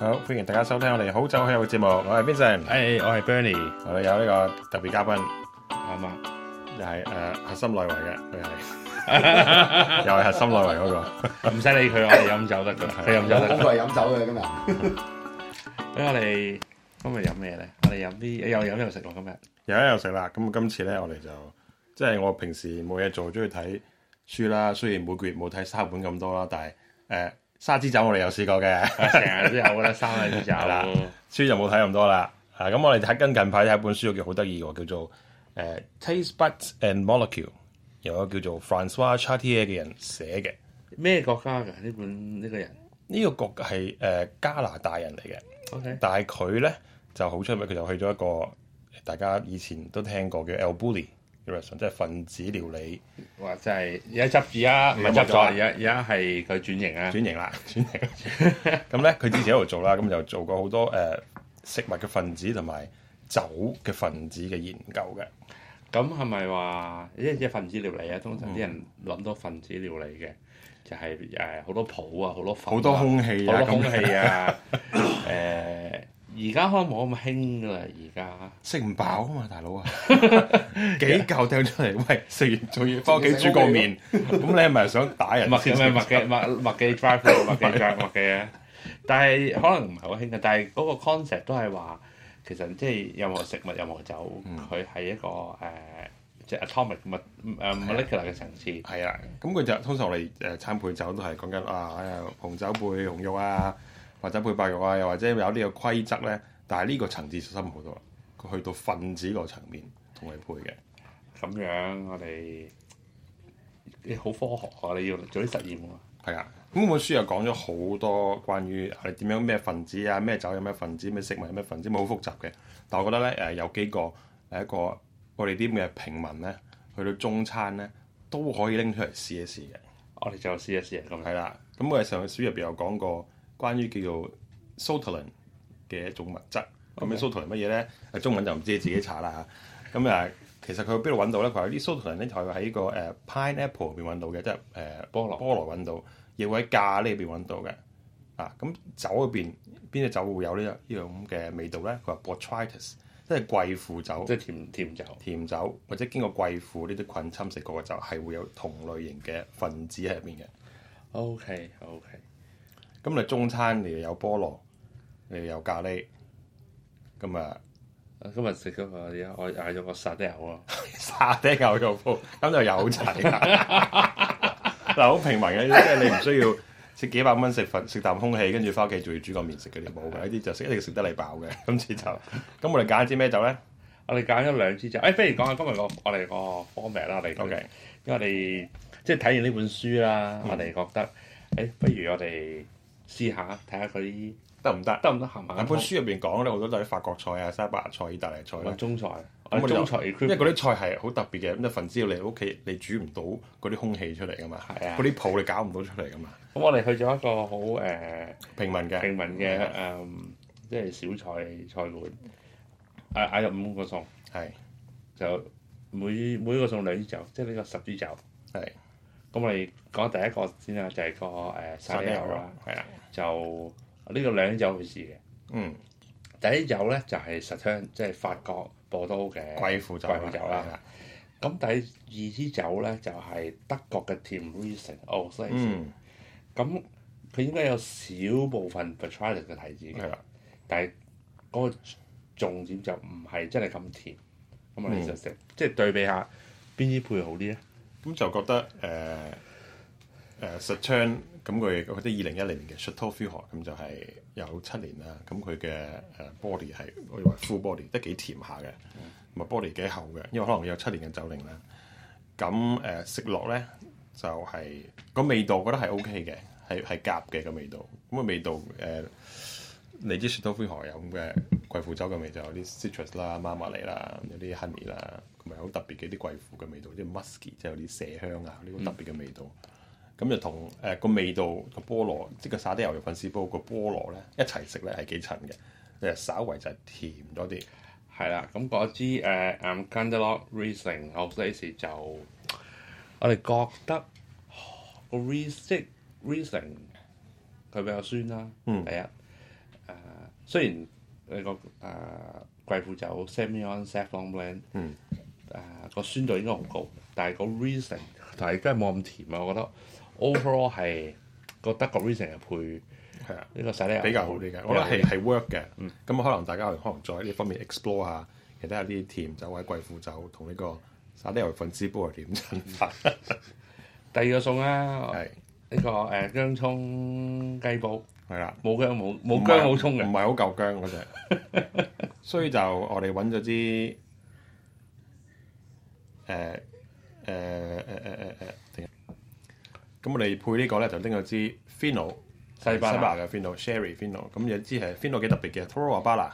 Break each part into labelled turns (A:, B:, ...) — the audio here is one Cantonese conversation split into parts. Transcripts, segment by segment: A: 好，歡迎大家收聽我哋好酒好友嘅節目，我係 Vincent，
B: 誒，我係 Bernie，
A: 我哋有呢個特別嘉賓，
B: 啱啊，
A: 又係誒核心內圍嘅，佢係又係核心內圍嗰個，
B: 唔使理佢，我哋飲酒得噶，佢飲酒得
C: 好
B: 㗎。
C: 過係飲酒嘅今日，
B: 咁我哋今日飲咩咧？我哋飲啲又飲又食咯，今日。
A: 又喺度食啦。咁今次咧，我哋就即係我平時冇嘢做，中意睇書啦。雖然每個月冇睇三本咁多啦，但係誒、呃沙之酒我哋有試過嘅。
B: 成日都有㗎啦，三禮酒
A: 啦
B: 啦。
A: 書就冇睇咁多啦。啊，咁我哋睇跟近排睇一本書叫好得意喎，叫做誒、呃 Taste Buds and Molecule，有個叫做 Francois Chartier 嘅人寫嘅。
B: 咩國家㗎？呢本呢個人
A: 呢、個局係誒、呃加拿大人嚟嘅，
B: ？OK，
A: 但係佢咧就好出名，佢就去咗一個大家以前都聽過嘅 El Bulli restaurant，即係分子料理
B: 話真係而家執住啊，唔係執咗啊，而家而家係佢轉型啊。
A: 轉型啦， 轉型。咁咧佢之前喺度做啦，咁就做過好多誒、呃食物嘅分子同埋酒嘅分子嘅研究嘅。
B: 咁係咪話一一分子料理啊？通常啲人諗到分子料理嘅，就係誒好多譜啊，好多粉啊
A: 好多空氣
B: 好
A: 啊，
B: 多空
A: 咁
B: 氣啊。 誒，而家可能冇咁興㗎啦，而家。
A: 食唔飽啊嘛，大佬 啊，幾嚿掟出嚟，喂，食完仲要翻屋企煮個麵， 咁你係咪想打人
B: 麥
A: 先
B: 嘅咩？麥嘅麥麥嘅 drive 咯，麥嘅 drive 麥嘅啊！但係可能唔係好興嘅，但係嗰個 concept 都係話，其實即係任何食物、任何酒，佢係一個誒即係 à, atomic 物誒 molecular 嘅層次。
A: 係啦，咁佢就通常我哋誒餐配酒都係講緊啊，哎呀紅酒配紅肉啊，或者配白肉啊，又或者有呢個規則咧，但係呢個層次深好多啦，佢去到分子個層面同你配嘅，
B: 咁樣我哋你好科學啊！你要做啲實驗啊！
A: 係啊。咁本書又講咗好多關於啊你點樣咩分子啊，咩酒有咩分子，咩食物有咩分子，咪好複雜嘅。但我覺得咧誒、有幾個係一個我哋啲咁嘅平民咧，去到中餐咧都可以拎出嚟試一試嘅。
B: 我哋就試一試啊！咁樣
A: 係啦，咁我哋上次書入邊有講過關於叫做 Sotolin 嘅一種物質。咁樣 Sotolin 乜嘢咧？誒中文就唔知自己查啦嚇。咁誒，其實佢喺邊度揾到咧？佢話啲 Sotolin 咧就係喺個誒 pineapple 入邊揾到嘅，即係誒呃
B: 菠蘿
A: 菠蘿揾到，亦會喺咖喱入邊揾到嘅。啊，咁酒入邊邊隻酒會有呢呢種嘅味道咧？佢話 botrytis，即係貴婦酒
B: 即、係甜甜酒。
A: 甜酒或者經過貴婦呢啲菌侵蝕過嘅酒，係會有同類型嘅分子喺入邊嘅。
B: OK OK，
A: 咁你中餐你又有菠蘿，你又有咖喱，咁啊
B: 今日食咗個而家我嗌咗個沙爹牛啊！
A: 沙爹牛肉 煲，咁就有齊啦。嗱，好平民嘅，即係你唔需要食幾百蚊食份食啖空氣，跟住翻屋企仲要煮個麵食嘅，你冇嘅。呢啲就食一定食得你飽嘅。 今次就咁，我哋揀一支咩酒咧
B: 我哋揀咗兩支酒，誒、不如講下今日個我哋個 format 啦，我哋
A: ？OK，
B: 因為我哋即係睇完呢本書啦，
A: 嗯
B: 我哋覺得誒、不如我哋試下睇下佢啲
A: 得唔得？
B: 得唔得行唔
A: 嗱，
B: 行？
A: 本書入邊講咧好多都係啲法國菜啊、西班牙菜、意大利菜
B: 我
A: 咧。
B: 中菜，
A: 咁
B: 我哋
A: 我哋
B: 中菜
A: 因為
B: equipment
A: 嗰啲菜係好特別嘅，咁就分子料理屋企你煮唔到嗰啲空氣出嚟噶嘛，
B: 係啊
A: 嗰啲泡你搞唔到出嚟噶嘛，
B: 咁我哋去咗一個好誒、呃
A: 平民嘅。
B: 平民嘅
A: 嗯
B: 誒、嗯即係小菜菜館，嗌嗌入五個餸，
A: 係
B: 就每每個餸兩支酒，即係呢個十支酒。
A: 係
B: 咁我哋講第一個先啦，就係、個誒、呃、沙爹牛啦，，
A: 係啦，
B: 就呢個兩支酒去試嘅。
A: 嗯，
B: 第一酒咧就係 s a t e r n 即係法國波都嘅。
A: 貴婦酒，
B: 嗯貴婦酒啊啦
A: 係啦，
B: 咁第二支酒咧就係、德國嘅甜 Riesling 哦，所以
A: 嗯，
B: 咁佢應該有少部分 b e t r i t i s 嘅提子嘅，
A: 係啊啦，
B: 但係嗰個重點就唔係真係咁甜。咁我哋
A: 嗯
B: 就食，即係對比下邊啲配好啲咧。
A: 咁就覺得誒誒 s a t u r n 咁佢嗰啲二零一零年嘅 Chateau f u h 咁就係有七年啦，咁佢嘅誒 body 係我以為 full body 得幾甜下嘅，同埋 body 幾厚嘅，因為可能有七年嘅酒齡啦。咁誒、呃食落咧就係、個味道，覺得係 O K 嘅，係係夾嘅個味道。咁、個味道誒、呃你知雪都灰河有咁嘅貴婦酒嘅味就有啲 citrus 啦、媽媽嚟啦、有啲 honey 啦，同埋好特別嘅啲貴婦嘅味道，即係 musky，即係有啲麝香啊，呢個特別嘅味道。咁就同誒個味道個菠蘿，即係個沙爹牛肉粉絲煲個菠蘿咧一齊食咧係幾襯嘅，誒稍為就係甜咗啲，
B: 係啦，咁嗰支誒 a g a n d e l o Riesling o s l a c 就我哋覺得哦個 Ries 即係 Riesling 佢比較酸啦，
A: 嗯
B: 第一誒、雖然呃你個誒貴腐酒 Semillon Sauvignon Blanc，
A: 嗯
B: 誒個酸度應該好高，但係個 Riesling 但係真係冇咁甜啊！我覺得 overall 係覺得個 Riesling 係配
A: 係啊。
B: 呢個洗利亞
A: 比較好啲嘅，我覺得
B: 啊
A: 係嗯係 work 嘅。咁可能大家可能再喺呢方面 explore 下，其他有啲甜酒或者貴腐酒同呢個沙爹油粉絲煲係點襯法。
B: 第二個餸啦，
A: 係
B: 呢個誒薑葱雞煲，
A: 係啦，
B: 冇薑冇冇薑好葱
A: 唔
B: 嘅，
A: 係好夠薑嗰只， 所以就我哋揾咗支呃誒誒誒誒誒誒，定咁我哋配呢個咧就拎咗支 fino
B: 西班牙
A: 嘅 fino sherry fino，咁有支係 fino 幾特別嘅 Toro Abala。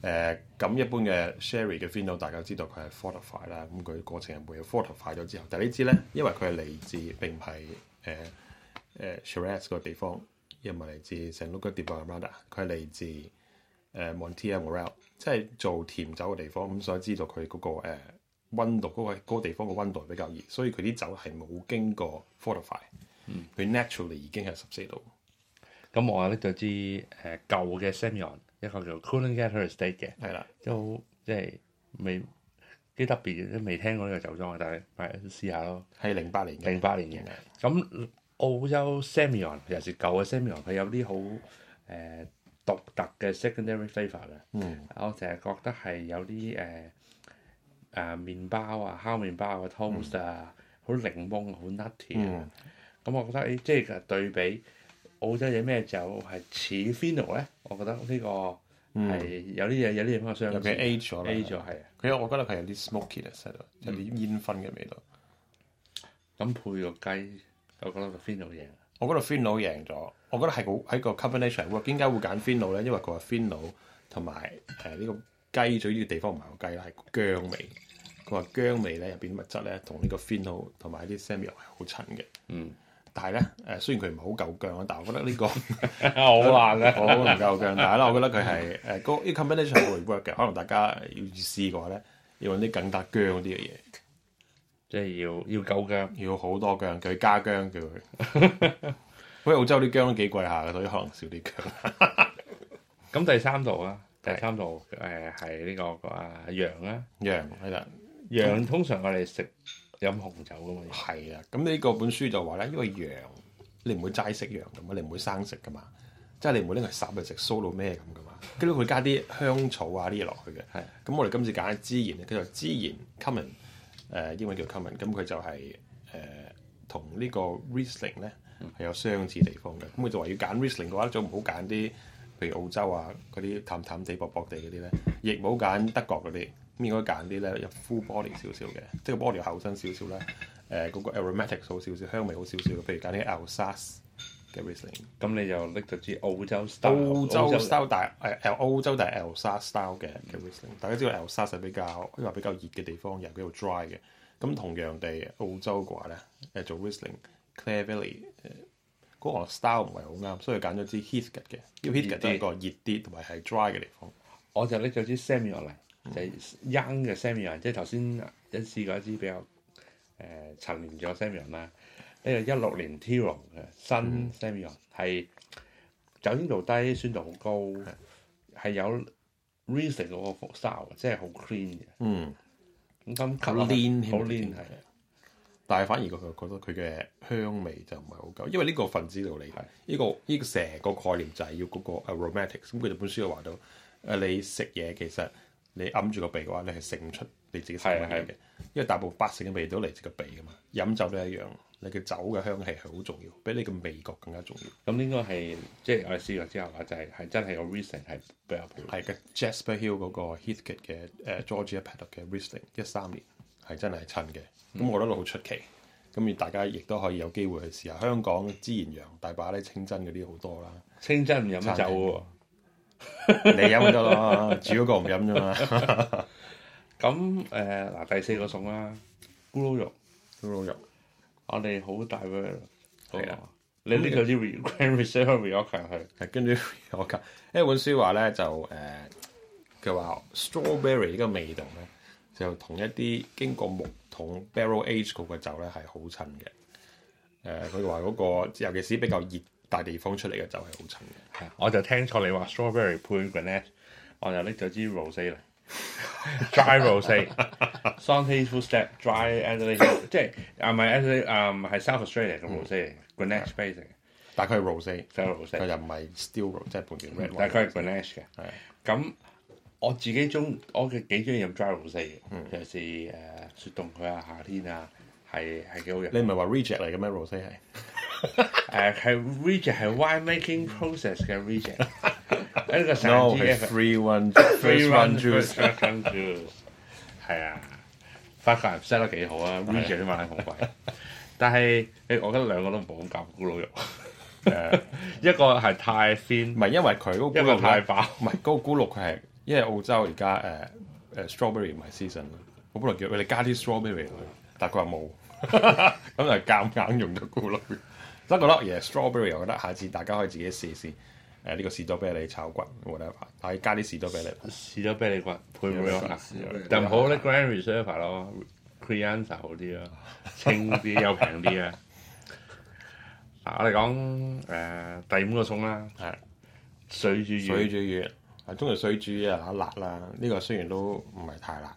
A: 誒咁一般嘅 sherry 嘅 fino，大家知道佢係 fortify 啦，咁佢過程係每 fortify 咗之後，但係呢支咧，因為佢係嚟自並唔係誒誒 Shiraz 個地方，因為嚟自 San Luca de Barrameda，佢係嚟自誒 Montilla Morel，即係做甜酒嘅地方，咁所以知道佢嗰、個誒温度嗰、個嗰個地方嘅温度比較熱，所以佢啲酒係冇經過 fortify，佢
B: 嗯
A: naturally 已經係十四度，
B: 咁我拎咗支誒舊嘅 Semillon，一個叫 Coolangatta Estate 嘅。
A: 係啦，
B: 都即係未幾特別，都未聽過呢個酒莊嘅，但係係試下咯。
A: 係零八年嘅，
B: 零八年嘅，咁澳洲 Semillon 尤其是舊嘅 Semillon，佢有啲好誒獨特嘅 secondary flavour 嘅。
A: 嗯，
B: 我成日覺得係有啲誒誒麵包啊、烤麵包啊、toast 啊，好檸檬、好
A: 嗯
B: nutty 啊。咁、我覺得誒，即係對比澳洲有咩酒係似 Fino 咧，我覺得呢個係有啲嗯嘢有啲地方相
A: 尤
B: 似。
A: 其 age 咗啦
B: A 咗係啊。
A: 佢有我覺得佢有啲 smokiness 喺度，
B: 嗯
A: 有啲煙燻嘅味道。
B: 咁配個雞，我覺得個 fino 啊嘢。
A: 我覺得 Fino 贏咗，我覺得係個喺個 combination work。點解會揀 Fino 咧？因為佢話 Fino 同埋誒呢個雞嘴呢個地方唔係個雞啦，係薑味。佢話薑味咧入邊啲物質咧，同呢個 Fino 同埋啲 Samuel 係好襯嘅。
B: 嗯，
A: 但係咧誒，雖然佢唔係好夠薑啊，但係我覺得呢、個。
B: 好難啊！
A: 我唔夠薑，但係咧，我覺得佢係誒嗰呢 combination 會 work 嘅。可能大家要試嘅話咧，要揾啲更加薑嗰啲嘅嘢，
B: 即係要要夠薑，
A: 要好多薑，佢加薑叫佢。喂，澳洲啲薑都幾貴下嘅，所以可能少啲薑。
B: 咁第三道啊，第三道誒係呢個個啊羊啦，
A: 羊係啦，
B: 羊通常我哋食飲紅酒噶嘛，
A: 係啦。咁呢個本書就話咧，因為羊你唔會齋食羊噶嘛，你唔會生食噶嘛，即係你唔會拎去烚嚟食酥到咩咁噶嘛。跟住佢加啲香草啊啲嘢落去嘅。
B: 係
A: 咁我哋今次揀嘅孜然咧，佢就孜然 common，誒、英呃文叫 common，咁佢就係誒呃同呢個 Riesling 咧係有相似地方嘅。咁佢就話要揀 Riesling 嘅話，就唔好揀啲譬如澳洲啊嗰啲淡淡地薄薄地嗰啲咧，亦唔好揀德國嗰啲，咁應該揀啲咧有 full body 少少嘅，即係個 body 厚身少少啦，誒、嗰、個 aromatic 好少少，香味好少少嘅，譬如揀啲 Alsace 嘅 Riesling。
B: 咁你就拎咗支澳洲 style，
A: 澳洲 style 但係誒澳洲但係 Elsa style 嘅嘅 Riesling，大家知道 Elsa 係比較因為比較熱嘅地方，又比較 dry 嘅。咁同樣地，澳洲嘅話咧，誒做 Riesling Clare Valley 誒嗰個 style 唔係好啱，所以揀咗支 Heathcote 嘅，因為 Heathcote 都係一個熱啲同埋係 dry 嘅地方。
B: 我就拎咗支 Semillon 嚟，
A: 嗯
B: 就係 young 嘅 Semillon，即係頭先一試過一支比較誒陳年咗 Semillon 啦，呢個一六年 Tyrrell 嘅
A: 嗯
B: 新 Semillon 係酒精度低，酸度好
A: 嗯
B: 高，係有 Riesling 嗰個 style，即係好 clean 嘅。
A: 嗯，
B: 咁
A: 好
B: 咁吸落去
A: lean 添
B: 好 lean 係。
A: 但係反而佢佢覺得佢嘅香味就唔係好夠，因為呢個分子道理，
B: 係
A: 呢、個呢、個成個概念就係要嗰個 aromatics。咁佢哋本書就話到，誒、你食嘢其實你揞住個鼻嘅話，你係食唔出你自己食乜
B: 係
A: 嘢
B: 係
A: 嘅，因為大部分八成嘅味道嚟自個鼻噶嘛。飲酒都一樣，你嘅酒嘅香氣係好重要，比你嘅味覺更加重要。
B: 咁應該係即係我哋試過之後話就係係真係個 Riesling 係比較
A: 係
B: 配。
A: 嘅，Jasper Hill 嗰個 Heathcote 嘅誒 Georgia Paddock 嘅 Riesling 一三年係真係襯嘅，咁我覺得好出奇。咁而大家亦都可以有機會去試下香港孜然羊大把咧清真嗰啲好多啦，
B: 清真唔飲酒
A: 餐
B: 喎。
A: 你飲咪得咯，煮嗰個唔飲啫嘛。
B: 咁誒嗱第四個餸啦，咕嚕肉，
A: 咕嚕肉
B: 我哋啊好大 v e
A: 係啊
B: 你拎咗啲 re- Grand Reserve r e o c a 去，
A: 係跟住 我講，因為本書話咧就誒，佢、話 strawberry 呢個味道咧，就同一啲經過木桶呃 barrel age 嗰個酒咧係好襯嘅。誒佢話嗰個尤其是比較熱大地方出嚟嘅酒係好襯嘅。
B: 係啊我就聽錯你話 strawberry 配 granate，我就拎咗支 rose 嚟 dry rose。Sandy Full Step dry Adelaide Hill，即係啊唔係 Adelaide 啊唔係 South Australia 嘅 rose 嚟嘅，granate base 嚟嘅
A: 但係佢係 rose，
B: 就係 rose。
A: 佢又唔係 still rose，即係半段 red
B: 但
A: wine。
B: 係佢係 Grenache 嘅。
A: 係
B: 咁我自己中我嘅幾中意飲 dry rosé 嘅，尤其是誒、呃雪凍佢啊、夏天啊，係係幾好
A: 你
B: 飲。
A: 唔係話 reject 嚟嘅咩？rose 係
B: 誒係 reject 係 wine making process 嘅 reject，一個散
A: no
B: 支
A: 係
B: 嘅
A: free one first
B: free run
A: one
B: juice
A: juice。
B: first run juice，係啊，發覺人 set 得幾好啊，reject 啲馬拉好貴，但係誒我覺得兩個都唔好咁夾咕嚕 肉，
A: 誒
B: 一個係太
A: 唔
B: thin，
A: 係因為佢嗰個
B: 一個
A: 咕
B: 太
A: 嚕
B: 飽。
A: 唔係嗰個咕嚕佢係因為澳洲而家誒誒 strawberry 唔係 season，我本來叫佢哋加啲 strawberry 落去，但係佢話冇， 咁就夾硬用咗咕嚕。真覺得嘢 strawberry，我覺得下次大家可以自己試試。誒呢個士多啤梨炒骨，whatever，但係加啲士多啤梨。
B: 試咗俾你骨配唔配
A: 有
B: 咯
A: 冇
B: 啊
A: 試試咗俾你？
B: 但唔好咧 Grand Reserve 咯，Creanza 好 啲咯，清啲又平啲啊！嗱，我哋講誒第五個餸啦，
A: 係
B: 水煮
A: 水
B: 魚，
A: 煮魚，啊中意水煮魚啊辣啦，呢、個雖然都唔係太辣，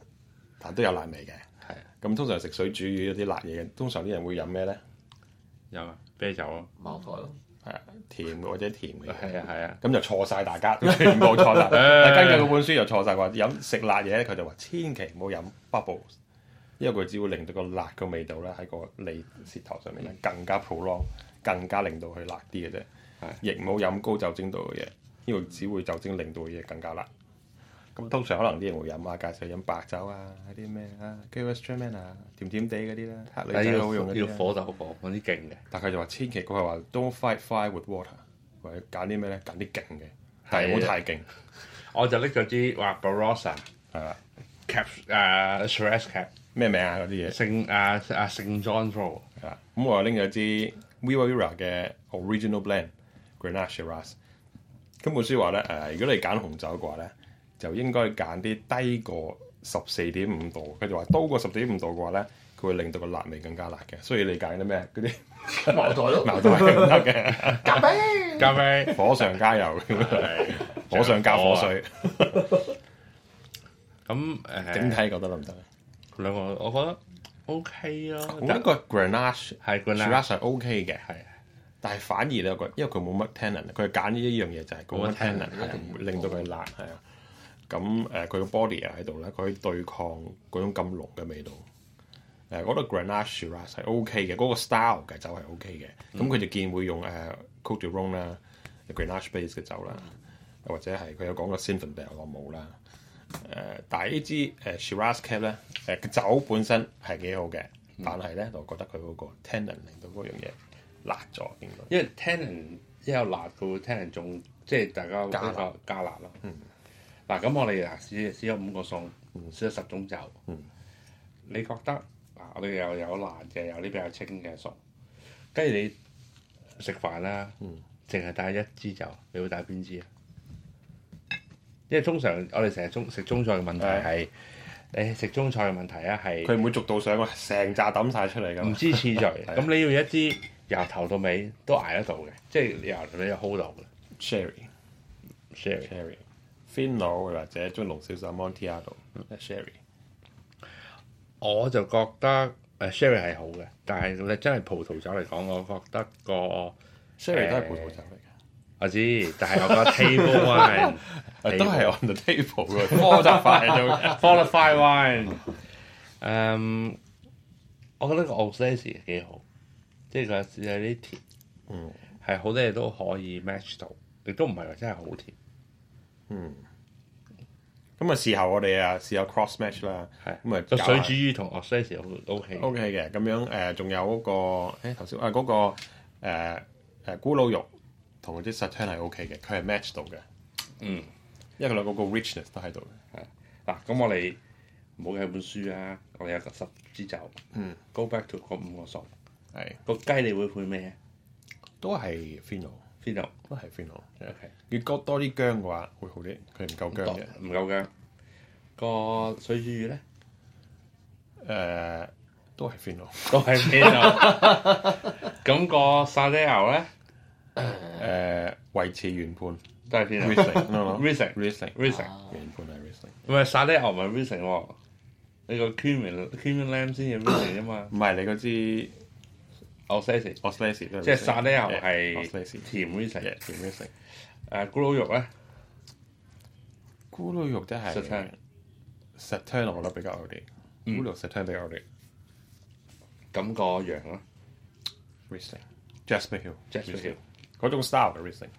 A: 但都有辣味嘅。
B: 係
A: 咁通常食水煮魚有啲辣嘢嘅，通常啲人會飲咩咧？
B: 有啊啤酒咯，
C: 茅台咯，
A: 係啊甜嘅或者甜嘅嘢。
B: 係啊係啊，
A: 咁就錯晒大 家，全部錯晒。
B: 唉
A: 根據嗰本書就錯晒話飲食辣嘢咧，佢就話千祈唔好飲 bubble，因為佢只會令到個辣嘅味道咧喺個你舌頭上
B: 嗯
A: 面咧更加 prolong，更加令到佢辣啲嘅啫
B: 係。
A: 亦唔好飲高酒精度嘅嘢，因為只會酒精令到嘅嘢更加辣。咁通常可能啲人會飲啊，介紹飲白酒啊，嗰啲咩啊 g a s t r a m a n 啊，甜甜地嗰啲啦，黑
B: 但
A: 女
B: 係
A: 仔好用
B: 要
A: 嗰
B: 要
A: 啲啊
B: 火就火，揾啲勁嘅，
A: 但佢就話千祈，佢係話 don't fight fire with water，或者揀啲咩咧？揀啲勁嘅，但係唔好太勁，
B: 我就拎咗支話 Barossa
A: 係啦。
B: cap 誒 Shiraz cap
A: 咩名啊嗰啲嘢
B: 聖誒誒聖 John Roll，
A: 係啦。咁我又拎咗支 Viva Vira 嘅 Original Blend Grenache Shiraz。咁本書話咧，誒、如果你揀紅酒嘅話咧，就應該揀啲低過十四點五度。佢就話高過十點五度嘅話咧，佢會令到個辣味更加辣嘅。所以你揀啲咩嗰 啲
C: 茅台咯，
A: 矛盾係唔得 嘅，
C: 咖啡。
B: 加咩？
A: 火上加 油，
B: 係
A: 火上加火水。
B: 咁誒
A: 整體覺得得唔得咧？
B: 兩個我覺得 OK 咯，
A: 我覺
B: 但
A: 得個 Grenache
B: 係個
A: Shiraz 係 OK 嘅，
B: 係啊
A: 但係反而咧，佢因為佢冇乜 tannin，佢揀呢一樣嘢就係冇乜
B: 冇乜 tannin，
A: tannin，係令到佢辣係啊。咁誒，佢個 body 啊喺度咧，佢可以對抗嗰種咁濃嘅味道。誒，我覺得 Grenache Shiraz 係 OK 嘅，嗰、個 style 嘅酒係 OK 嘅。咁佢就建議會用誒 Côte du Rhône 啦，Grenache base 嘅酒啦，或者係佢有講過 Zinfandel 我冇啦。誒、但係呢支誒 Shiraz Cap 咧，誒、個酒本身係幾好嘅，但係咧，我覺得佢嗰個 tannin 令到嗰樣嘢辣咗，應該。
B: 因為 tannin 一有辣嘅會 tannin 仲即係大家
A: 加辣嗯
B: 比較加辣咯。嗱咁我哋嗱啊試試咗五個餸，試咗十種酒。
A: 嗯
B: 你覺得嗱我哋又有辣嘅，有啲比較清嘅餸，跟住你食飯啦，
A: 嗯
B: 淨係帶一支酒，你會帶邊支啊？因為通常我哋成日中食中菜嘅問題係，誒食中菜嘅問題啊係。
A: 佢唔會逐到上，成扎抌晒出嚟噶
B: 唔
A: 嘛。
B: 知次序，
A: 啊
B: 咁你要一支由頭到尾都捱得到嘅，即係由頭到尾又 hold 到嘅。
A: Sherry、
B: Sherry
A: Sherry、Fino 或者中濃少少 Montiato、Sherry，
B: 嗯我就覺得誒 Sherry 係好嘅，但係你真係葡萄酒嚟講，我覺得個
A: Sherry 都係葡萄酒嚟
B: 我知，但係我覺 得 table wine
A: 嘅，呃都係 on the table 嘅，科就快咗。
B: qualify wine，誒，我覺得個 o x a s i 幾好，即係佢有啲甜，
A: 嗯
B: 係好多嘢都可以 match 到，亦都唔係話真係好甜。
A: 咁啊，事後我哋啊試下 cross match 啦，
B: 係
A: 咁啊
B: 個
A: 搞
B: 水
A: 下
B: 煮魚同 o x a s i OK
A: OK 嘅，咁樣誒，仲、有嗰、個誒頭先啊嗰個誒誒、咕嚕肉同嗰啲 satin 係 OK 嘅，佢係 match 到嘅，
B: 嗯。
A: 因為佢兩個個 richness 都喺度嘅。
B: 嗱，咁我哋唔好計本書啊，我哋有十支酒。
A: 嗯
B: ，Go back to 嗰五個餸，
A: 係
B: 個雞你會配咩
A: 都係 fino，
B: ？Fino
A: 都係 fino。
B: OK，
A: 要多多啲薑嘅話會好啲，佢唔夠薑嘅。
B: 唔夠薑。個水煮魚咧
A: 誒、呃都係 fino，
B: 都係 Fino。咁個沙爹牛咧
A: 誒呃維持原判
B: 都係 邊啊
A: Riesling no no
B: ？Rising
A: Riesling 啊
B: Rising，
A: 原判係 Riesling，
B: 唔係沙爹牛唔係 Rising 喎，你個 Cumin Cumin Lamb 先係 Rising 啫嘛。
A: 唔係你嗰支
B: 我 s a y
A: o s l a s i 即
B: 即係沙爹牛
A: o s l a
B: 係
A: s i
B: 甜 Rising，
A: 嘅 Riesling。
B: 誒咕嚕肉咧
A: 咕嚕肉真係
B: Saturn
A: Saturn 我覺得比較好啲，
B: 嗯
A: 咕嚕 Saturn 比較好啲
B: 咁個羊啦
A: Riesling Jasper Hill
B: j a s p
A: Riesling 嗰種 style 嘅 Riesling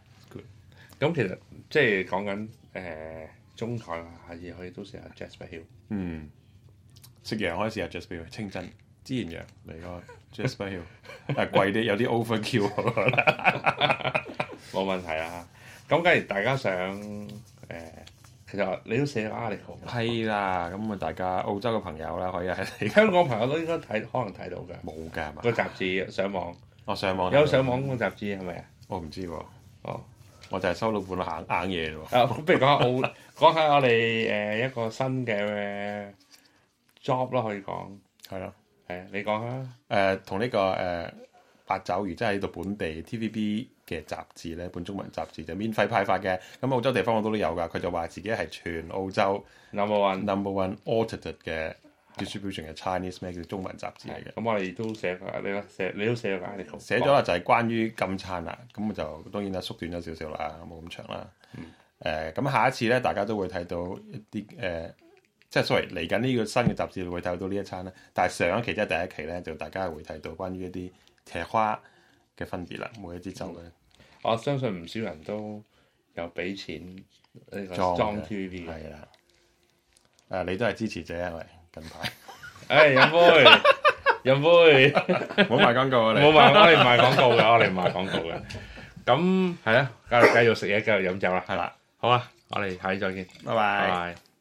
B: 咁其實即係講緊誒中台啊，下次可以都試下 Jasper Hill。
A: 嗯，食羊可以試下 Jasper Hill 清真孜然羊嚟個 Jasper Hill，但係貴啲，有啲 overkill 啊我覺得
B: 冇問題啦。咁假如大家想誒、其實你都寫咗 article，
A: 係啦，咁啊大家澳洲嘅朋友啦，可以喺
B: 香港朋友都應該睇，可能睇到㗎。
A: 冇㗎係嘛
B: 個？雜誌上網
A: 我上網
B: 有上網個雜誌係咪啊？
A: 我唔知喎，
B: 哦，
A: 我就係收到半硬硬嘢啫喎。
B: 啊，咁不如講 下澳，講下我哋誒、一個新嘅 job 啦，可以講
A: 係咯，
B: 係啊，你講啦。
A: 誒同呢個誒八爪魚，即係喺度本地 TVB 嘅雜誌咧，本中文雜誌就免費派發嘅。咁澳洲地方我都都有㗎，佢就話自己係全澳洲
B: Number one，
A: number one audited 嘅 distribution 嘅 Chinese Mag 嘅中文雜誌嚟嘅。
B: 咁我哋都寫過，你啦寫，你都寫咗個 article，
A: 寫咗啦，就係關於禁餐啦。咁我就當然啦，縮短咗少少啦，冇咁長啦。誒、咁下一次咧，大家都會睇到一啲誒、即係 sorry，嚟緊呢個新嘅雜誌會睇到呢一餐啦。但係上一期即係第一期咧，就大家會睇到關於一啲茄花嘅分別啦，每一支酒嘅
B: 我相信唔少人都有俾錢呢個
A: 裝
B: 裝
A: 嘅
B: TVB 嘅。
A: 係啦。誒、你都係支持者係咪？近排
B: 誒哎 飲杯，飲杯。
A: 唔好賣廣告啊！你
B: 冇賣，我哋唔賣廣告嘅，我哋唔賣廣告嘅。咁係啊，繼續繼續食嘢，繼續飲酒啦。
A: 係啦，
B: 好啊，我哋下次再見，
A: 拜
B: 拜
A: 拜。
B: 拜。